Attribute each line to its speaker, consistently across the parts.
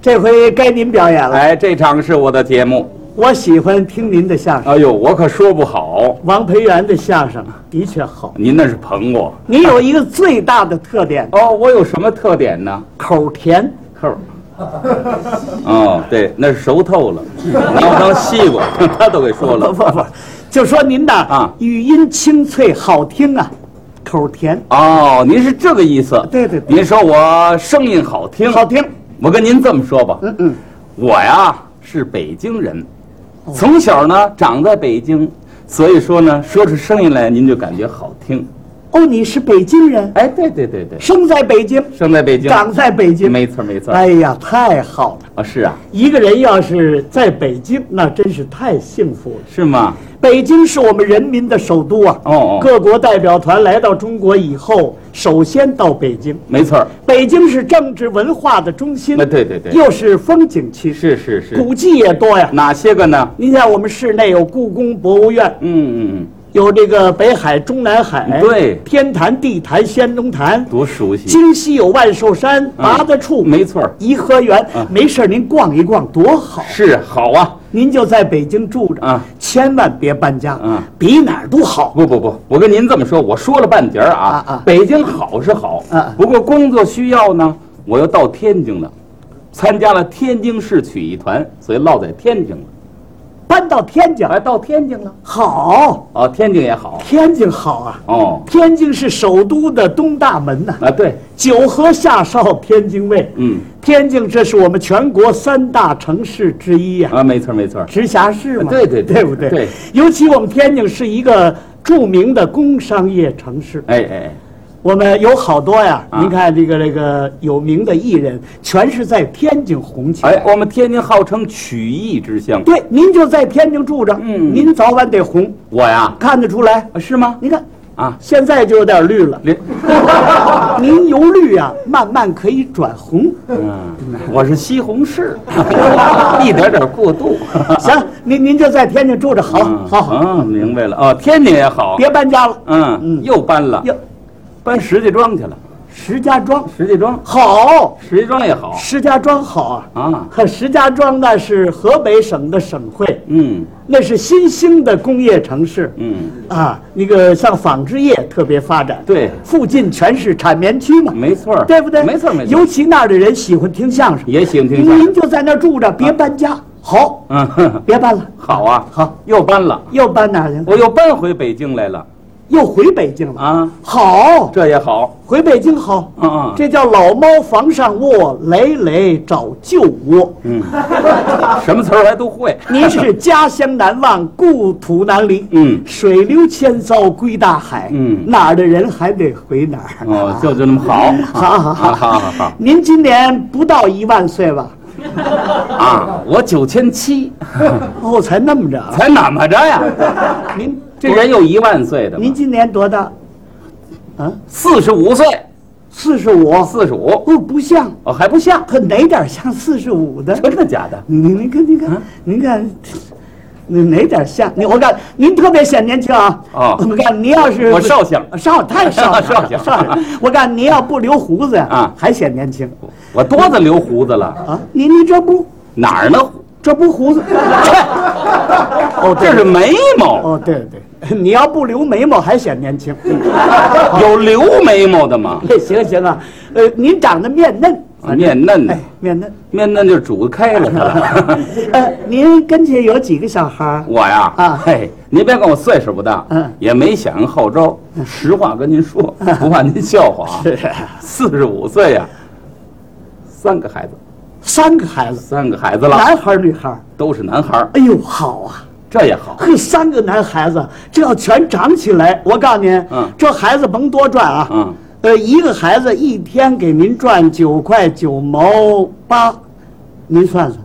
Speaker 1: 这回该您表演了。
Speaker 2: 哎，这场是我的节目。
Speaker 1: 我喜欢听您的相声，
Speaker 2: 哎呦，我可说不好，
Speaker 1: 王培元的相声啊的确好。
Speaker 2: 您那是捧我。
Speaker 1: 你有一个最大的特点，
Speaker 2: 哦，我有什么特点呢？
Speaker 1: 口甜。
Speaker 2: 扣儿。哦，对，那是熟透了，拿不当西瓜， 他都给
Speaker 1: 不
Speaker 2: 说了。
Speaker 1: 不不，就说您呐，
Speaker 2: 啊
Speaker 1: 语音清脆好听啊，口甜。
Speaker 2: 哦，您是这个意思？
Speaker 1: 对对对
Speaker 2: 您说我声音好听，
Speaker 1: 好听。
Speaker 2: 我跟您这么说吧，
Speaker 1: 嗯嗯，哦
Speaker 2: 我呀是北京人，从小呢长在北京，所以说呢说出声音来您就感觉好听。
Speaker 1: 哦，你是北京人，
Speaker 2: 哎，对对对对，
Speaker 1: 生在北京，
Speaker 2: 生在北京，
Speaker 1: 长在北京。
Speaker 2: 没错没错。
Speaker 1: 哎呀，太好了！
Speaker 2: 啊，是啊，
Speaker 1: 一个人要是在北京，那真是太幸福了。
Speaker 2: 是吗？
Speaker 1: 北京是我们人民的首都啊！
Speaker 2: 哦哦
Speaker 1: 各国代表团来到中国以后，首先到北京。
Speaker 2: 没错儿，
Speaker 1: 北京是政治文化的中心，
Speaker 2: 那对对对
Speaker 1: 又是风景区，
Speaker 2: 是是是。
Speaker 1: 古迹也多呀。
Speaker 2: 哪些个呢？
Speaker 1: 您像我们市内有故宫博物院，
Speaker 2: 嗯嗯
Speaker 1: 有这个北海、中南海，
Speaker 2: 对
Speaker 1: 天坛、地坛、仙踪坛
Speaker 2: 嗯，，多熟悉。
Speaker 1: 京西有万寿
Speaker 2: 嗯
Speaker 1: 山、八大处，
Speaker 2: 没错儿
Speaker 1: 颐和园。
Speaker 2: 嗯
Speaker 1: 没事儿您逛一逛多好，
Speaker 2: 是好啊。
Speaker 1: 您就在北京住着，
Speaker 2: 啊
Speaker 1: 千万别搬家，
Speaker 2: 嗯
Speaker 1: 比哪儿都好。
Speaker 2: 不不不，我跟您这么说，我说了半截儿啊，
Speaker 1: 啊啊
Speaker 2: 北京好是好，
Speaker 1: 啊
Speaker 2: 不过工作需要呢，我又到天津了，参加了天津市曲艺团，所以落在天津了。
Speaker 1: 搬到天津
Speaker 2: 哎，到天津了，
Speaker 1: 好，
Speaker 2: 哦，天津也好，
Speaker 1: 天津好啊！
Speaker 2: 哦，
Speaker 1: 天津是首都的东大门呐、
Speaker 2: 啊对，
Speaker 1: 九河下梢天津卫。
Speaker 2: 嗯，
Speaker 1: 天津这是我们全国三大城市之一呀、
Speaker 2: 啊没错没错，
Speaker 1: 直辖市嘛。
Speaker 2: 对对对
Speaker 1: 对不对？
Speaker 2: 对。
Speaker 1: 尤其我们天津是一个著名的工商业城市，
Speaker 2: 哎哎哎，
Speaker 1: 我们有好多呀。
Speaker 2: 啊
Speaker 1: 您看这个这个有名的艺人，全是在天津红起来。
Speaker 2: 哎，我们天津号称曲艺之乡，
Speaker 1: 对，您就在天津住着，
Speaker 2: 嗯
Speaker 1: 您早晚得红，
Speaker 2: 我呀，
Speaker 1: 看得出来。
Speaker 2: 啊是吗？
Speaker 1: 你看，
Speaker 2: 啊，
Speaker 1: 现在就有点绿了。
Speaker 2: 连，
Speaker 1: 您由绿啊，慢慢可以转红。
Speaker 2: 嗯，我是西红柿， 一点点过渡。
Speaker 1: 啊行，您您就在天津住着，好，好，好，
Speaker 2: 嗯，明白了。哦，天津也好，
Speaker 1: 别搬家了。
Speaker 2: 嗯，又搬了，
Speaker 1: 哟，
Speaker 2: 搬石家庄去了。
Speaker 1: 石家庄
Speaker 2: 石家庄，
Speaker 1: 好，
Speaker 2: 石家庄也好
Speaker 1: 石家庄好啊。
Speaker 2: 啊。
Speaker 1: 呵，石家庄那是河北省的省会，
Speaker 2: 嗯
Speaker 1: 那是新兴的工业城市
Speaker 2: 嗯，
Speaker 1: 啊。那个像纺织业特别发展，，
Speaker 2: 对，
Speaker 1: 附近全是产棉区嘛，
Speaker 2: 没错儿，
Speaker 1: 对不对？
Speaker 2: 没错儿没错儿，
Speaker 1: 尤其那儿的人喜欢听相声，
Speaker 2: 也喜欢听相
Speaker 1: 您
Speaker 2: 声。
Speaker 1: 就在那儿住着，别搬家。好，
Speaker 2: 嗯，呵呵
Speaker 1: 别搬了，
Speaker 2: 好啊，
Speaker 1: 好，
Speaker 2: 又搬了，
Speaker 1: 又搬哪儿去了？
Speaker 2: 我又搬回北京来了
Speaker 1: 又回北京了。
Speaker 2: 啊，
Speaker 1: 好，
Speaker 2: 这也好。
Speaker 1: 回北京好。
Speaker 2: 嗯嗯，
Speaker 1: 这叫老猫房上卧，累累找旧窝。
Speaker 2: 嗯，什么词儿还都会。
Speaker 1: 您是家乡难忘，故土难离。
Speaker 2: 嗯
Speaker 1: 水流千艘归大海。
Speaker 2: 嗯
Speaker 1: 哪儿的人还得回哪儿。
Speaker 2: 哦，就就那么好，
Speaker 1: 好好好
Speaker 2: 啊好好好
Speaker 1: 您今年不到一万岁吧？
Speaker 2: 啊！我九千七，
Speaker 1: 哦，才那么着啊。
Speaker 2: 才哪么着 呀？
Speaker 1: 您
Speaker 2: 这人有一万岁的吗，
Speaker 1: 您今年多大？啊，
Speaker 2: 四十五岁，
Speaker 1: 四十五。
Speaker 2: 四十五，
Speaker 1: 哦，不像，
Speaker 2: 哦，还不像，
Speaker 1: 可哪点像四十五的？
Speaker 2: 真的假的？
Speaker 1: 您您看您看您看，你哪点像？你我告诉你啊您特别显年轻啊！
Speaker 2: 哦
Speaker 1: 我告诉你，您要是
Speaker 2: 我少显
Speaker 1: 少太少了
Speaker 2: 少显
Speaker 1: 少显我告诉你，您要不留胡子呀，
Speaker 2: 啊
Speaker 1: 还显年轻
Speaker 2: 我多的留胡子了，
Speaker 1: 啊！您您这不
Speaker 2: 哪儿呢？
Speaker 1: 这不胡子？
Speaker 2: 哦，这是眉毛，
Speaker 1: 哦，对对， 嗯你要不留眉毛还显年轻。
Speaker 2: 有留眉毛的吗？
Speaker 1: 哎 行行啊，呃，您长得面嫩，
Speaker 2: 啊面嫩的
Speaker 1: 哎，，面嫩。
Speaker 2: 面嫩就煮开了它了。
Speaker 1: 呃，您跟前有几个小孩 儿？
Speaker 2: 我呀，
Speaker 1: 啊
Speaker 2: 嘿，您别看我岁数不大，
Speaker 1: 嗯
Speaker 2: 也没想后招。实话跟您说，不怕您 笑话啊，四十五岁呀，三个孩子，
Speaker 1: 三个孩子，
Speaker 2: 三个孩子了，
Speaker 1: 男孩儿女孩儿。
Speaker 2: 都是男孩儿，
Speaker 1: 哎呦，好啊！
Speaker 2: 这也好。
Speaker 1: 嘿，三个男孩子，这要全长起来，我告诉您，
Speaker 2: 嗯
Speaker 1: 这孩子甭多赚啊，
Speaker 2: 嗯，
Speaker 1: 呃，一个孩子一天给您赚九块九毛八，您算算，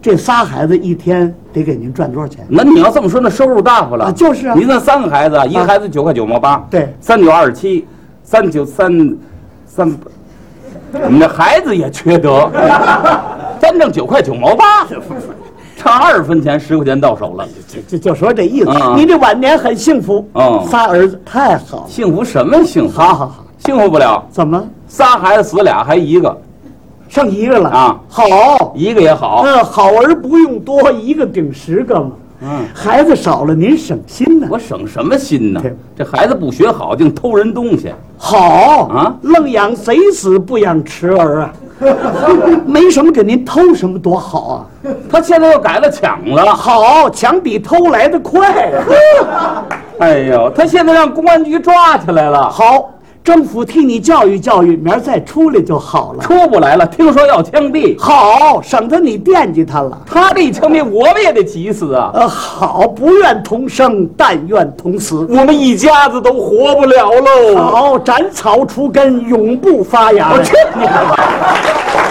Speaker 1: 这仨孩子一天得给您赚多少钱？
Speaker 2: 那你要这么说，那收入大发了。
Speaker 1: 啊就是啊
Speaker 2: 您那三个孩子，一个孩子九块九毛八，
Speaker 1: 对
Speaker 2: 三九二十七，三九三，三，你那孩子也 缺德，单挣九块九毛八，差二十分钱十块钱到手了，
Speaker 1: 就就说这意思。
Speaker 2: 嗯嗯
Speaker 1: 您这晚年很幸福，
Speaker 2: 哦
Speaker 1: 仨儿子太好了，
Speaker 2: 幸福什么幸福？
Speaker 1: 好好好，
Speaker 2: 幸福不了，
Speaker 1: 怎么
Speaker 2: 仨孩子死俩还一个，
Speaker 1: 剩一个了
Speaker 2: 啊
Speaker 1: 好，
Speaker 2: 一个也好。
Speaker 1: 那好而不用多，一个顶十个嘛。
Speaker 2: 嗯，
Speaker 1: 孩子少了您省心呢。
Speaker 2: 我省什么心呢
Speaker 1: 对？
Speaker 2: 这孩子不学好，净偷人东西。
Speaker 1: 好
Speaker 2: 啊
Speaker 1: 愣养贼死不养迟儿啊， 没什么给您偷什么多好啊。
Speaker 2: 他现在又改了抢了。
Speaker 1: 好，抢比偷来的快啊。
Speaker 2: 哎呦，他现在让公安局抓起来了，
Speaker 1: 好，政府替你教育教育，明儿再出来就好了。
Speaker 2: 出不来了。听说要枪毙，
Speaker 1: 好，省得你惦记他了。
Speaker 2: 他这一枪毙，我们也得急死啊！
Speaker 1: 呃，好，不愿同生，但愿同死。
Speaker 2: 我们一家子都活不了喽。
Speaker 1: 好，斩草除根，永不发芽。
Speaker 2: 我去你的吧！